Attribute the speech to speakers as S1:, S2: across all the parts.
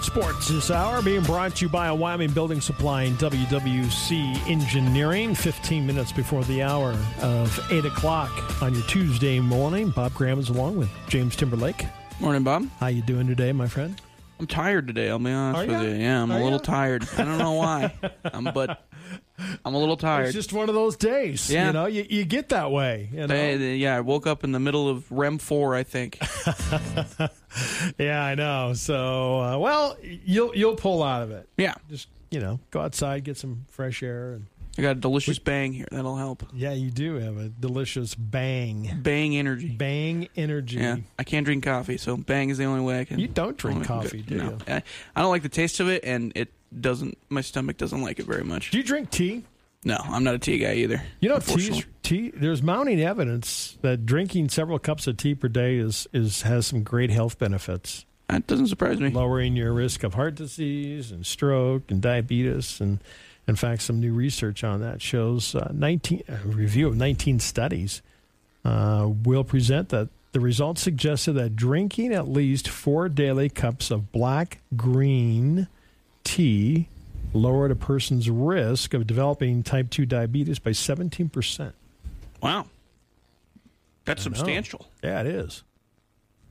S1: Sports this hour being brought to you by Wyoming Building Supply and WWC Engineering. 15 minutes before the hour of 8 o'clock on your Tuesday morning. Bob Graham is along with James Timberlake.
S2: Morning, Bob.
S1: How you doing today, my friend?
S2: I'm tired today. I'll be honest
S1: Are
S2: with
S1: ya?
S2: you. Yeah, I'm
S1: Are
S2: a
S1: ya?
S2: little tired. I don't know why. I'm but I'm a little tired.
S1: It's just one of those days.
S2: Yeah.
S1: You know, you, you get that way. You know?
S2: They- they- yeah, I woke up in the middle of REM four. I think.
S1: Yeah, I know. So, uh, well, you'll you'll pull out of it.
S2: Yeah,
S1: Just, you know, go outside, get some fresh air. and
S2: I got a delicious bang here. That'll help.
S1: Yeah, you do have a delicious bang.
S2: Bang energy.
S1: Bang energy.
S2: Yeah, I can't drink coffee, so bang is the only way I can.
S1: You don't drink
S2: only-
S1: coffee, do
S2: no.
S1: you?
S2: I, I don't like the taste of it, and it doesn't. My stomach doesn't like it very much.
S1: Do you drink tea?
S2: No, I'm not a tea guy either.
S1: You know,
S2: unfortunately.
S1: tea, tea. There's mounting evidence that drinking several cups of tea per day is is has some great health benefits,
S2: that doesn't surprise me.
S1: lowering your risk of heart disease and stroke and diabetes. And in fact, some new research on that shows uh, 19 a review of 19 studies uh, will present that the results suggested that drinking at least four daily cups of black green tea lowered a person's risk of developing type 2 diabetes by 17 percent.
S2: Wow, that's
S1: know.
S2: substantial.
S1: Yeah, it is.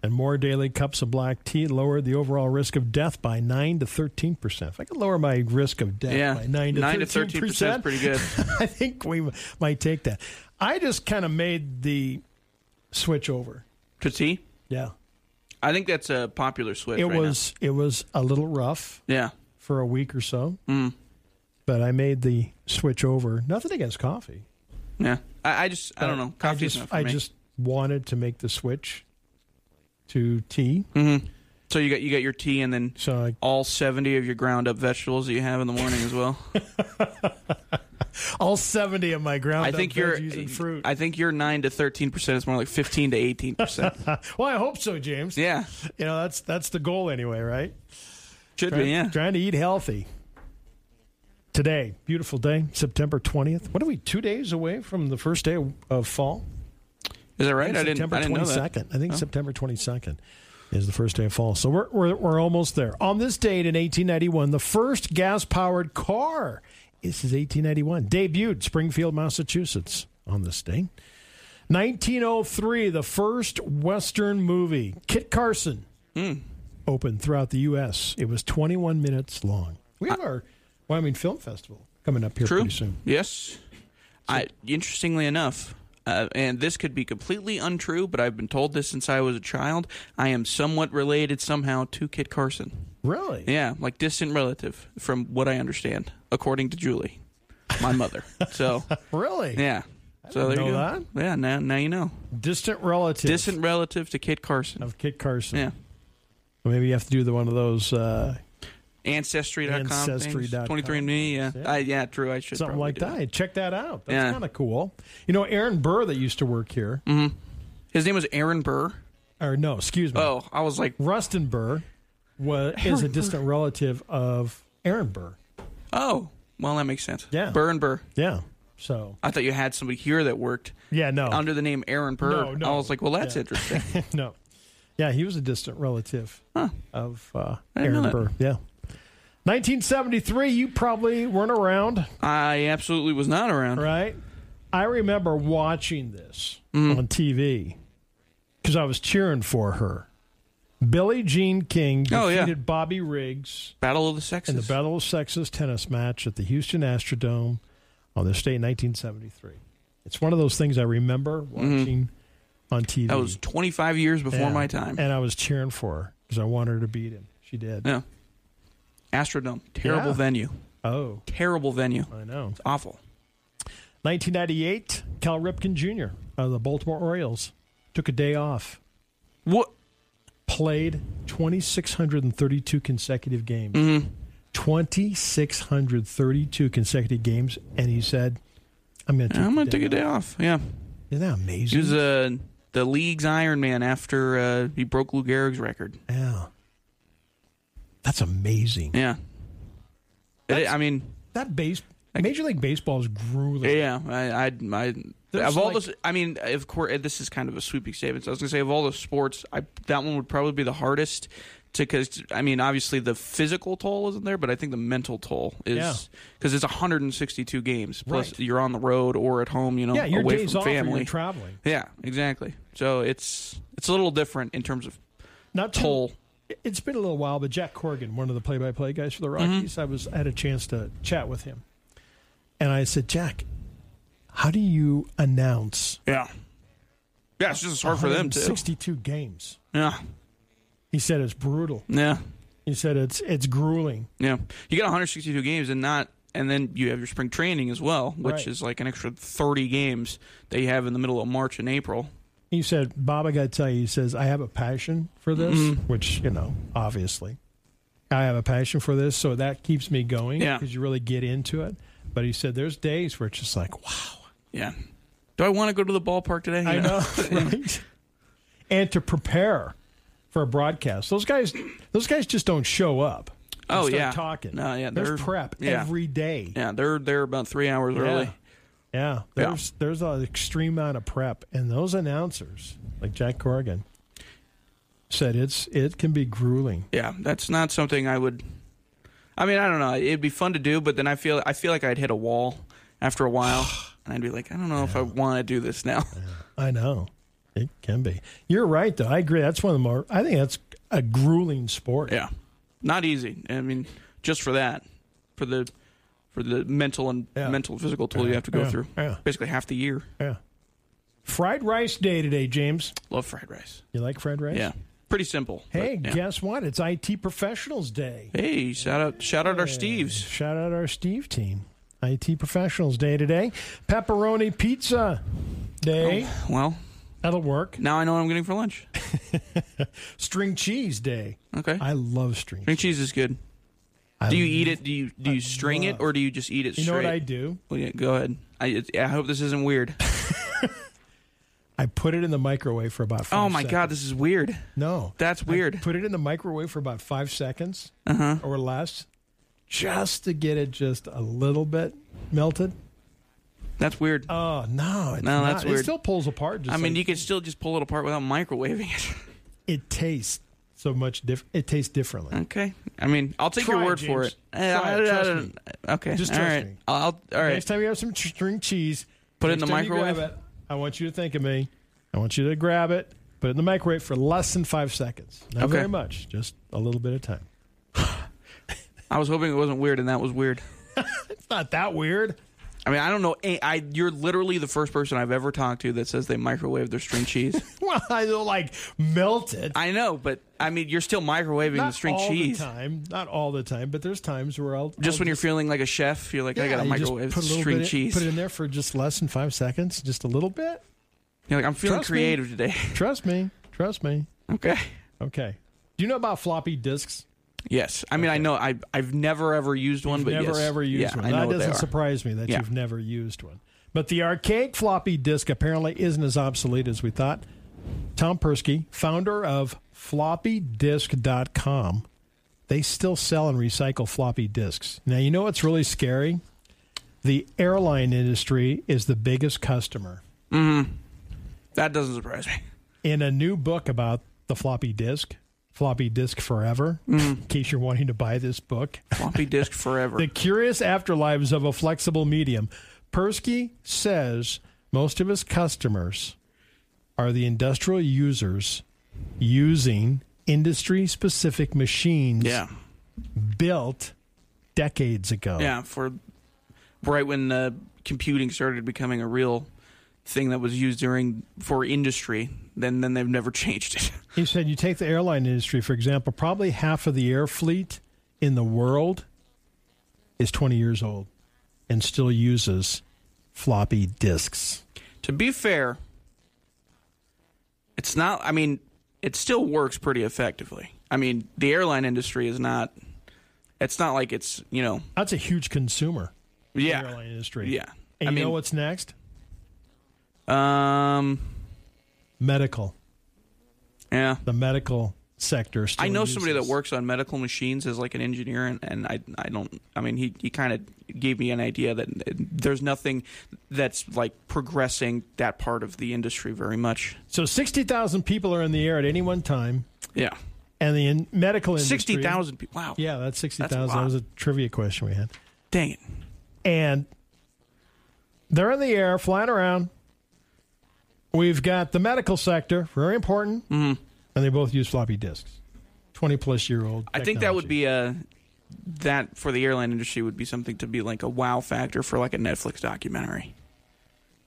S1: And more daily cups of black tea lowered the overall risk of death by 9 to 13%. If I could lower my risk of death
S2: Yeah,
S1: by 9 to 13%,
S2: percent is pretty good.
S1: I think we might take that. I just kind of made the switch over.
S2: to tea.
S1: Yeah.
S2: I think that's a popular switch.
S1: It
S2: right
S1: was it was a little rough
S2: now. yeah.
S1: for a week or so,
S2: Mm.
S1: but I made the switch over. Nothing against coffee.
S2: Yeah, I, I just I don't
S1: Uh,
S2: know.
S1: I
S2: Coffee's
S1: just
S2: not for
S1: I
S2: me.
S1: just wanted to make the switch to tea.
S2: Mhm. So you got you got your tea and then
S1: So I
S2: all seventy of your ground up vegetables that you have in the morning as well.
S1: All seventy of my ground
S2: I think
S1: up
S2: you're
S1: veggies and fruit.
S2: I think your nine to thirteen percent is more like fifteen to eighteen percent.
S1: well, I hope so, James.
S2: Yeah,
S1: You know that's that's the goal anyway, right?
S2: should
S1: Trying,
S2: be. Yeah,
S1: trying to eat healthy. Today, beautiful day, September twentieth. What are we? Two days away from the first day of fall.
S2: is that right?
S1: think
S2: I didn't
S1: September
S2: I didn't know that. Oh.
S1: I think September twenty second is the first day of fall. So we're, we're we're almost there. On this date in eighteen ninety one, the first gas powered car. This is eighteen ninety one. Debuted Springfield, Massachusetts. On this date. 1903, the first Western movie, Kit Carson,
S2: Hmm.
S1: opened throughout the U.S. It was 21 minutes long. We have our Wyoming Film Festival coming up here
S2: True.
S1: pretty soon.
S2: Yes. I interestingly enough, uh, and this could be completely untrue, but I've been told this since I was a child. I am somewhat related somehow to Kit Carson.
S1: Really?
S2: Yeah, like distant relative, from what I understand, according to Julie, my mother. so
S1: Really?
S2: yeah, so there you
S1: know
S2: go. Yeah, now now you know.
S1: Distant relative
S2: Distant relative to Kit Carson.
S1: of Kit Carson.
S2: Yeah,
S1: Or Maybe you have to do the one of those uh,
S2: ancestry.com,
S1: Ancestry.com.
S2: twenty three andme Yeah,
S1: Yeah.
S2: I, yeah, true. I should
S1: something
S2: probably
S1: like
S2: do
S1: that. Hey, Check that out. That's
S2: Yeah.
S1: kind of cool. You know, Aaron Burr that used to work here,
S2: His name was Aaron Burr.
S1: or no, excuse me,
S2: Mm-hmm. Oh, I was like,
S1: Rustin Burr was is a distant relative of Aaron Burr.
S2: oh, well, that makes sense.
S1: Yeah.
S2: Burr and Burr.
S1: Yeah. So
S2: I thought you had somebody here that worked
S1: yeah, no,
S2: under the name Aaron Burr.
S1: Oh. No, no.
S2: I was like, well, that's
S1: Yeah.
S2: interesting.
S1: no, yeah, he was a distant relative
S2: Huh.
S1: of uh,
S2: I didn't know
S1: Aaron
S2: that.
S1: Burr. Yeah. 1973. You probably weren't around.
S2: I absolutely was not around.
S1: right? I remember watching this
S2: Mm.
S1: on TV because I was cheering for her. Billie Jean King defeated
S2: Oh, yeah.
S1: Bobby Riggs
S2: Battle of the Sexes.
S1: in the Battle of Sexes tennis match at the Houston Astrodome on this day in 1973. It's one of those things I remember watching on TV.
S2: Mm-hmm. that was 25 years before
S1: Yeah.
S2: my time.
S1: And I was cheering for her because I wanted her to beat him. She did.
S2: Yeah. Astrodome. Terrible
S1: Yeah.
S2: venue.
S1: Oh,
S2: Terrible venue.
S1: I know.
S2: Awful.
S1: 1998, Cal Ripken Jr. of the Baltimore Orioles took a day off.
S2: What?
S1: played 2,632 consecutive games.
S2: Mm-hmm.
S1: 2,632 consecutive games. And he said, I'm going to take,
S2: I'm going to take a
S1: it
S2: day off. Yeah.
S1: Isn't that
S2: He
S1: amazing?
S2: was uh, the league's Iron Man after uh, he broke Lou Gehrig's record.
S1: yeah. That's amazing.
S2: Yeah. It- I mean,
S1: That base,
S2: I-
S1: Major League Baseball is grueling.
S2: yeah. I, I, I
S1: There's
S2: of all
S1: like-
S2: those, I mean, eh, of course, this is kind of a sweeping statement. So I was going to say, of all the sports, I, that one would probably be the hardest because I mean, obviously the physical toll isn't there, but I think the mental toll
S1: Yeah.
S2: is because it's 162 games plus
S1: Right.
S2: you're on the road or at home, you know,
S1: yeah, your
S2: away
S1: days
S2: from
S1: off or
S2: family.
S1: you're traveling.
S2: yeah, exactly. So it's it's a little different in terms of
S1: Not too,
S2: toll.
S1: It's been a little while, but Jack Corgan, one of the play-by-play guys for the
S2: Mm-hmm.
S1: Rockies, I was I had a chance to chat with him, and I said, Jack, how do you announce
S2: Yeah, yeah, it's just it's hard for them too.
S1: 62 games?
S2: Yeah,
S1: He said it's brutal.
S2: yeah,
S1: He said it's it's grueling.
S2: yeah. You get 162 games and not. And then you have your spring training as well, which
S1: Right.
S2: is like an extra 30 games that you have in the middle of March and April.
S1: He said, Bob, I got to tell you, he says, I have a passion for this,
S2: Mhm.
S1: which, you know, obviously. I have a passion for this, so that keeps me going
S2: Yeah.
S1: because you really get into it. But he said, there's days where it's just like, wow.
S2: Yeah. Do I want to go to the ballpark today?
S1: I
S2: You
S1: know, right? and to prepare for a broadcast, those guys, those guys just don't show up. and
S2: Oh,
S1: start
S2: yeah.
S1: talking.
S2: No, yeah, they're-
S1: there's prep
S2: yeah.
S1: every day.
S2: Yeah, they're they're about three hours early.
S1: Yeah, there's there's an extreme amount of prep, and those announcers, like Jack Corrigan, said it's it can be grueling.
S2: Yeah, that's not something I would. I mean, I don't know. It'd be fun to do, but then I feel I feel like I'd hit a wall after a while, and I'd be like, I don't know if I want to do this now.
S1: I know it can be. You're right, though. I agree. That's one of the more. I think that's a grueling sport.
S2: Yeah, not easy. I mean, just for that, for the for the mental and
S1: Yeah.
S2: mental and physical toll you have to go
S1: Yeah.
S2: through.
S1: Yeah.
S2: Basically, half the year.
S1: yeah. Fried rice day today, James.
S2: Love fried rice.
S1: You like fried rice?
S2: Yeah, pretty simple. but
S1: Hey,
S2: yeah.
S1: guess what? It's IT Professionals Day.
S2: hey, shout out shout out our Steves.
S1: Shout out our Steve team. IT Professionals Day today. Pepperoni Pizza Day.
S2: Well,
S1: That'll work.
S2: now I know what I'm getting for lunch.
S1: String Cheese Day.
S2: Okay,
S1: I love string
S2: string
S1: cheese.
S2: cheese is good.
S1: I
S2: Do you eat it? Do you do you string it, or do you just eat it
S1: You know
S2: straight?
S1: what I do?
S2: Well, yeah, go ahead. I it- I hope this isn't weird.
S1: I put it in the microwave for about five
S2: oh my
S1: seconds.
S2: god, this is weird.
S1: No.
S2: That's weird. Uh-huh.
S1: Put it in the microwave for about five seconds or less just to get it just a little bit melted.
S2: That's weird.
S1: Oh, no. It's
S2: No,
S1: not.
S2: that's weird.
S1: It still pulls apart. Just
S2: I mean,
S1: like-
S2: you could still just pull it apart without microwaving it.
S1: it tastes so much different. It tastes differently.
S2: okay. I mean, I'll take
S1: Try
S2: your
S1: it,
S2: word for
S1: James.
S2: it. Eh,
S1: Try
S2: I-
S1: it,
S2: I-
S1: trust
S2: I-
S1: me.
S2: Okay.
S1: Just
S2: all
S1: trust
S2: right.
S1: me.
S2: I'll all right.
S1: Next time you have some string cheese,
S2: Put it in
S1: next
S2: the
S1: time you
S2: microwave?
S1: grab it, I want you to think of me. I want you to grab it, put it in the microwave for less than five seconds. Not
S2: Okay.
S1: very much, just a little bit of time.
S2: I was hoping it wasn't weird, and that was weird.
S1: It's not that weird.
S2: I mean, I don't know. I, I you're literally the first person I've ever talked to that says they microwave their string cheese.
S1: Well, I don't like melt it.
S2: I know, but I mean, you're still microwaving
S1: not
S2: the string
S1: all
S2: cheese.
S1: the time, not all the time, but there's times where I'll
S2: Just
S1: I'll
S2: when you're feeling like a chef, you're like, I
S1: yeah,
S2: got to
S1: you just
S2: microwave
S1: put a little
S2: string
S1: bit in-
S2: cheese.
S1: put it in there for just less than five seconds, just a little bit.
S2: You're like, I'm feeling
S1: Trust me.
S2: creative today.
S1: Trust me, trust me.
S2: okay.
S1: Okay. Do you know about floppy disks?
S2: Yes. I mean, I know I, I've never ever used one, but
S1: never
S2: yes.
S1: ever used
S2: yeah,
S1: one.
S2: I know
S1: that
S2: what they
S1: doesn't
S2: are.
S1: surprise me that
S2: Yeah.
S1: you've never used one. But the archaic floppy disk apparently isn't as obsolete as we thought. Tom Persky, founder of floppydisk.com, they still sell and recycle floppy disks. Now, you know what's really scary? The airline industry is the biggest customer.
S2: that doesn't surprise me.
S1: In a new book about the floppy disk, Floppy Disk Forever,
S2: Mm.
S1: in case you're wanting to buy this book,
S2: Floppy disk forever.
S1: The Curious Afterlives of a Flexible Medium. Persky says most of his customers are the industrial users using industry specific machines
S2: yeah.
S1: built decades ago.
S2: Yeah. For right when uh, computing started becoming a real thing that was used during for industry, then then they've never changed it.
S1: He said you take the airline industry, for example, probably half of the air fleet in the world is 20 years old and still uses floppy disks.
S2: to be fair, it's not. I mean, it still works pretty effectively. I mean, the airline industry is not. It's not like it's you know.
S1: That's a huge consumer. the
S2: Yeah.
S1: airline industry.
S2: Yeah.
S1: And
S2: I
S1: you
S2: mean,
S1: know what's next?
S2: um,
S1: Medical.
S2: yeah.
S1: The medical sector. Still
S2: I know somebody that
S1: uses-
S2: works on medical machines as like an engineer, and, and I I don't. I mean, he he kind of gave me an idea that uh, there's nothing that's like progressing that part of the industry very much.
S1: So sixty thousand people are in the air at any one time.
S2: Yeah.
S1: and the in- medical industry.
S2: Sixty thousand people. Wow.
S1: Yeah, that's sixty
S2: That's
S1: thousand.
S2: a
S1: That
S2: lot.
S1: was a trivia question we had,
S2: Dang it.
S1: and they're in the air flying around. We've got the medical sector, very important, mm-hmm. and they both use floppy disks. Twenty plus year old.
S2: I think that would be a that for the airline industry would be something to be like a wow factor for like a Netflix documentary.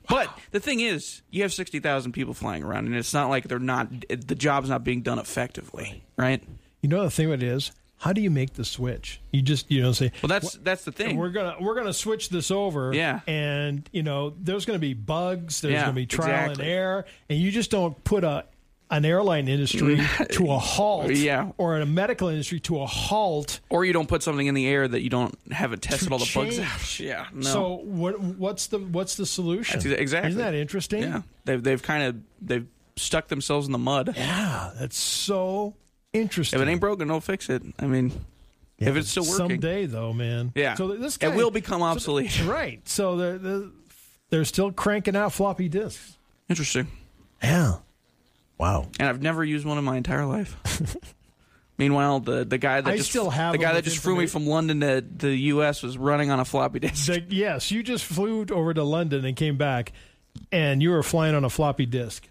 S2: But the thing is, you have sixty thousand people flying around, and it's not like they're not the job's not being done effectively, right?
S1: You know the thing with it is, how do you make the switch? You just you know say
S2: Well, that's that's the thing.
S1: we're gonna we're gonna switch this over.
S2: Yeah.
S1: And you know, there's gonna be bugs. There's
S2: Yeah,
S1: gonna be trial
S2: exactly.
S1: and error, and you just don't put a an airline industry to a halt.
S2: Yeah.
S1: Or a medical industry to a halt.
S2: Or you don't put something in the air that you don't have it tested
S1: To
S2: all the bugs
S1: change.
S2: out. Yeah, no.
S1: So what what's the what's the solution?
S2: That's exa- exactly.
S1: Isn't that interesting?
S2: yeah, they've they've kind of they've stuck themselves in the mud.
S1: Yeah, that's so interesting.
S2: If it ain't broken, don't fix it. I mean, if it's still working,
S1: someday though, man.
S2: yeah,
S1: So this guy
S2: it will become obsolete.
S1: right. So they're, they're they're still cranking out floppy disks.
S2: Interesting.
S1: Yeah. Wow.
S2: and I've never used one in my entire life. Meanwhile, the, the guy that
S1: I
S2: just
S1: still have
S2: the guy
S1: them
S2: that
S1: with
S2: just flew me
S1: informa-
S2: from London to the U.S. was running on a floppy disk.
S1: Like, yes, you just flew over to London and came back, and you were flying on a floppy disk.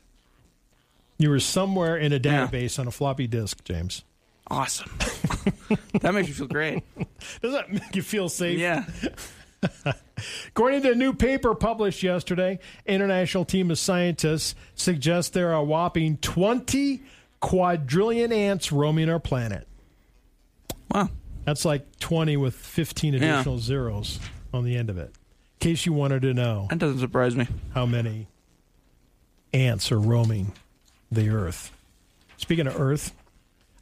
S1: You were somewhere in a
S2: Yeah.
S1: database on a floppy disk, James.
S2: Awesome. that makes me feel great.
S1: Does that make you feel safe?
S2: Yeah,
S1: According to a new paper published yesterday, international team of scientists suggests there are a whopping 20 quadrillion ants roaming our planet.
S2: wow.
S1: That's like 20 with 15 additional zeros on the end of it. In case you wanted to know
S2: That doesn't surprise me.
S1: how many ants are roaming the earth. Speaking of earth,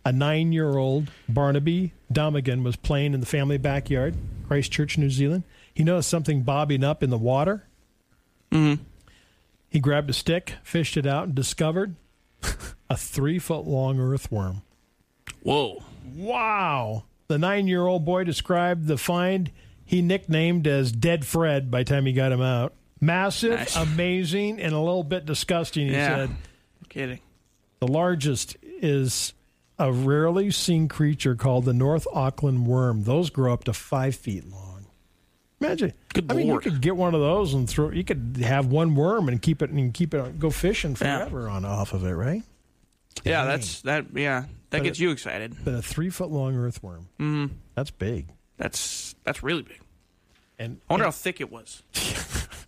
S1: a nine year old Barnaby Domigan was playing in the family backyard, Christchurch, New Zealand. He noticed something bobbing up in the water. Mm-hmm. He grabbed a stick, fished it out, and discovered a three foot long earthworm.
S2: Whoa.
S1: Wow. The nine year old boy described the find he nicknamed as Dead Fred by the time he got him out. Massive,
S2: Nice.
S1: amazing, and a little bit disgusting, he
S2: Yeah.
S1: said.
S2: No kidding.
S1: The largest is a rarely seen creature called the North Auckland worm. Those grow up to five feet long. Imagine.
S2: Good
S1: I mean,
S2: lord.
S1: you could get one of those and throw. You could have one worm and keep it and keep it go fishing
S2: Yeah.
S1: forever on off of it, right?
S2: Yeah,
S1: Dang.
S2: that's that. Yeah, that
S1: But
S2: gets you excited.
S1: But a three foot long earthworm.
S2: Mm-hmm.
S1: That's big.
S2: That's that's really big.
S1: And
S2: I wonder how thick it was.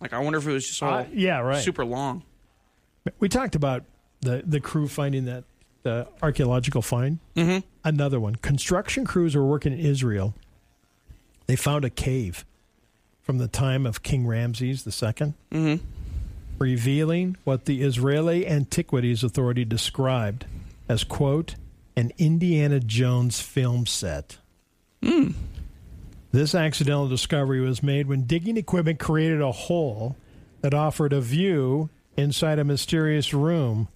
S2: like, I wonder if it was just all
S1: Uh, yeah, right.
S2: Oh, super long.
S1: We talked about the the crew finding that the archaeological find.
S2: Mhm.
S1: Another one. Construction crews were working in Israel. They found a cave from the time of King Ramses II,
S2: Mm-hmm.
S1: revealing what the Israeli Antiquities Authority described as quote an Indiana Jones film set. This accidental discovery was made when digging equipment created a hole that offered a view inside a mysterious room.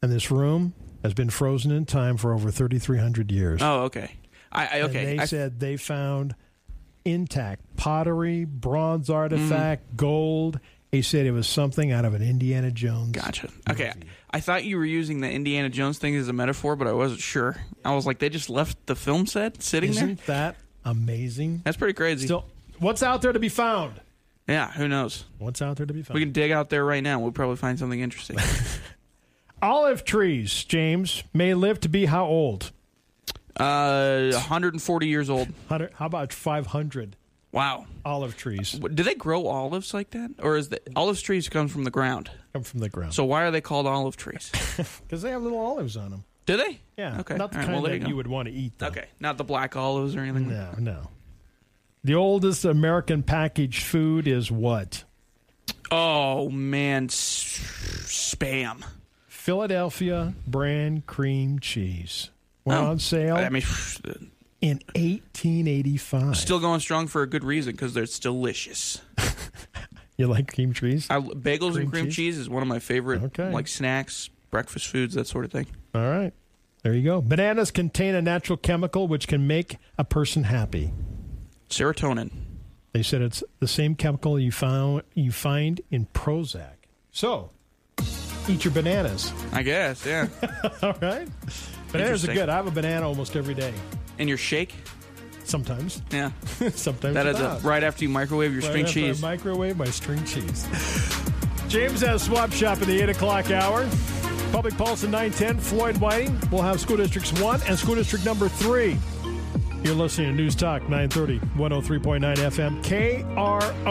S1: And this room has been frozen in time for over 3,300 years.
S2: Oh, okay. I, I okay.
S1: And they
S2: I,
S1: said they found intact pottery, bronze artifact,
S2: Mm.
S1: gold. They said it was something out of an Indiana Jones.
S2: Gotcha. Okay. I thought you were using the Indiana Jones thing as a metaphor, but I wasn't sure. I was like, they just left the film set sitting there?
S1: Isn't that amazing?
S2: That's pretty crazy.
S1: Still, what's out there to be found?
S2: yeah, who knows?
S1: What's out there to be found?
S2: We can dig out there right now. We'll probably find something interesting.
S1: Olive trees, James, may live to be how old?
S2: Uh, 140 years old.
S1: 100, how about 500
S2: Wow.
S1: olive trees
S2: What- Do they grow olives like that? Or is the olive trees come from the ground?
S1: come from the ground?
S2: So why are they called olive trees?
S1: Because they have little olives on them.
S2: Do they?
S1: Yeah.
S2: Okay.
S1: Not the
S2: All right,
S1: kind
S2: well, there
S1: that
S2: you
S1: you,
S2: go.
S1: would want to eat, though.
S2: Okay. Not the black olives or anything.
S1: No, no. The oldest American packaged food is what?
S2: Oh, man. S- spam.
S1: Philadelphia brand cream cheese. Went
S2: Oh.
S1: on sale
S2: I mean,
S1: in 1885.
S2: still going strong for a good reason because they're delicious.
S1: you like cream cheese?
S2: I, bagels
S1: Cream
S2: and cream
S1: cheese?
S2: cheese? is one of my favorite
S1: Okay.
S2: like snacks, breakfast foods, that sort of thing.
S1: All right. There you go. Bananas contain a natural chemical which can make a person happy.
S2: Serotonin.
S1: They said it's the same chemical you found you find in Prozac. So, eat your bananas.
S2: I guess, yeah.
S1: All right. Bananas are
S2: Interesting.
S1: good. I have a banana almost every day.
S2: And your shake?
S1: Sometimes,
S2: Yeah.
S1: sometimes
S2: That
S1: it's
S2: is a,
S1: not.
S2: right after you microwave your
S1: Right
S2: string
S1: after I
S2: cheese.
S1: microwave my string cheese. James has swap shop in the eight o'clock hour. Public Pulse at nine ten. Floyd Whiting. We'll have school districts one and school district number oh three. You're listening to News Talk 930, 103.9 FM, KRO.